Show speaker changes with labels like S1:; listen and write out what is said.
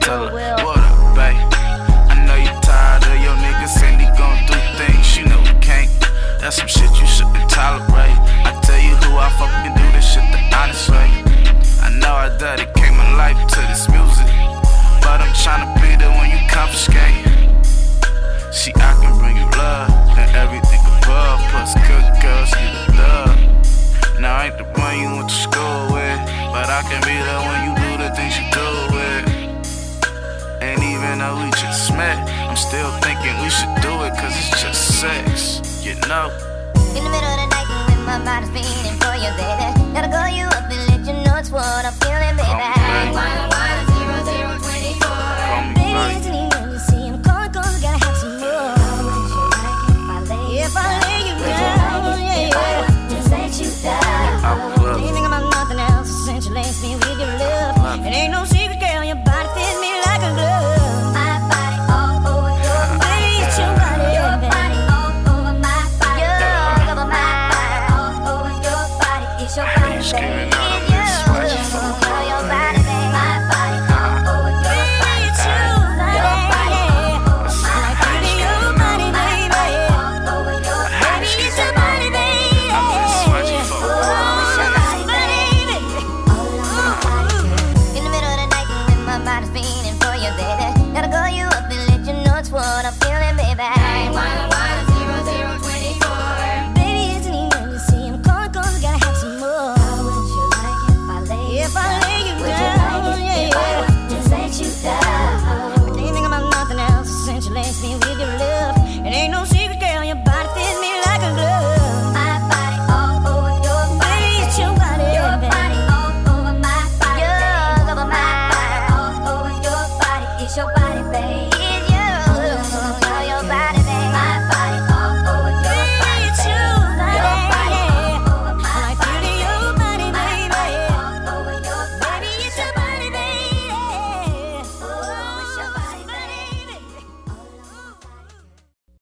S1: tell her,
S2: Will.
S1: what up, babe? I know you tired of your nigga Cindy gon' do things she know we can't. That's some shit you shouldn't tolerate. I tell you who I fucking do this shit the honest way. I know I dedicate my life to this music, but I'm tryna be there when you confiscate. See, I can bring you love and everything above. Plus, good girls need a love. Now, I ain't the one you went to school with, but I can be there when you do the things you do with. And even though we just met, I'm still thinking we should do it, cause it's just sex, you know?
S2: In the middle of the night when my body's feeling for you, baby. Gotta call you up and let you know it's what I'm feeling, baby.
S1: Call me back.
S2: Baby,
S1: Call me back.
S2: it's me Oh, Oh,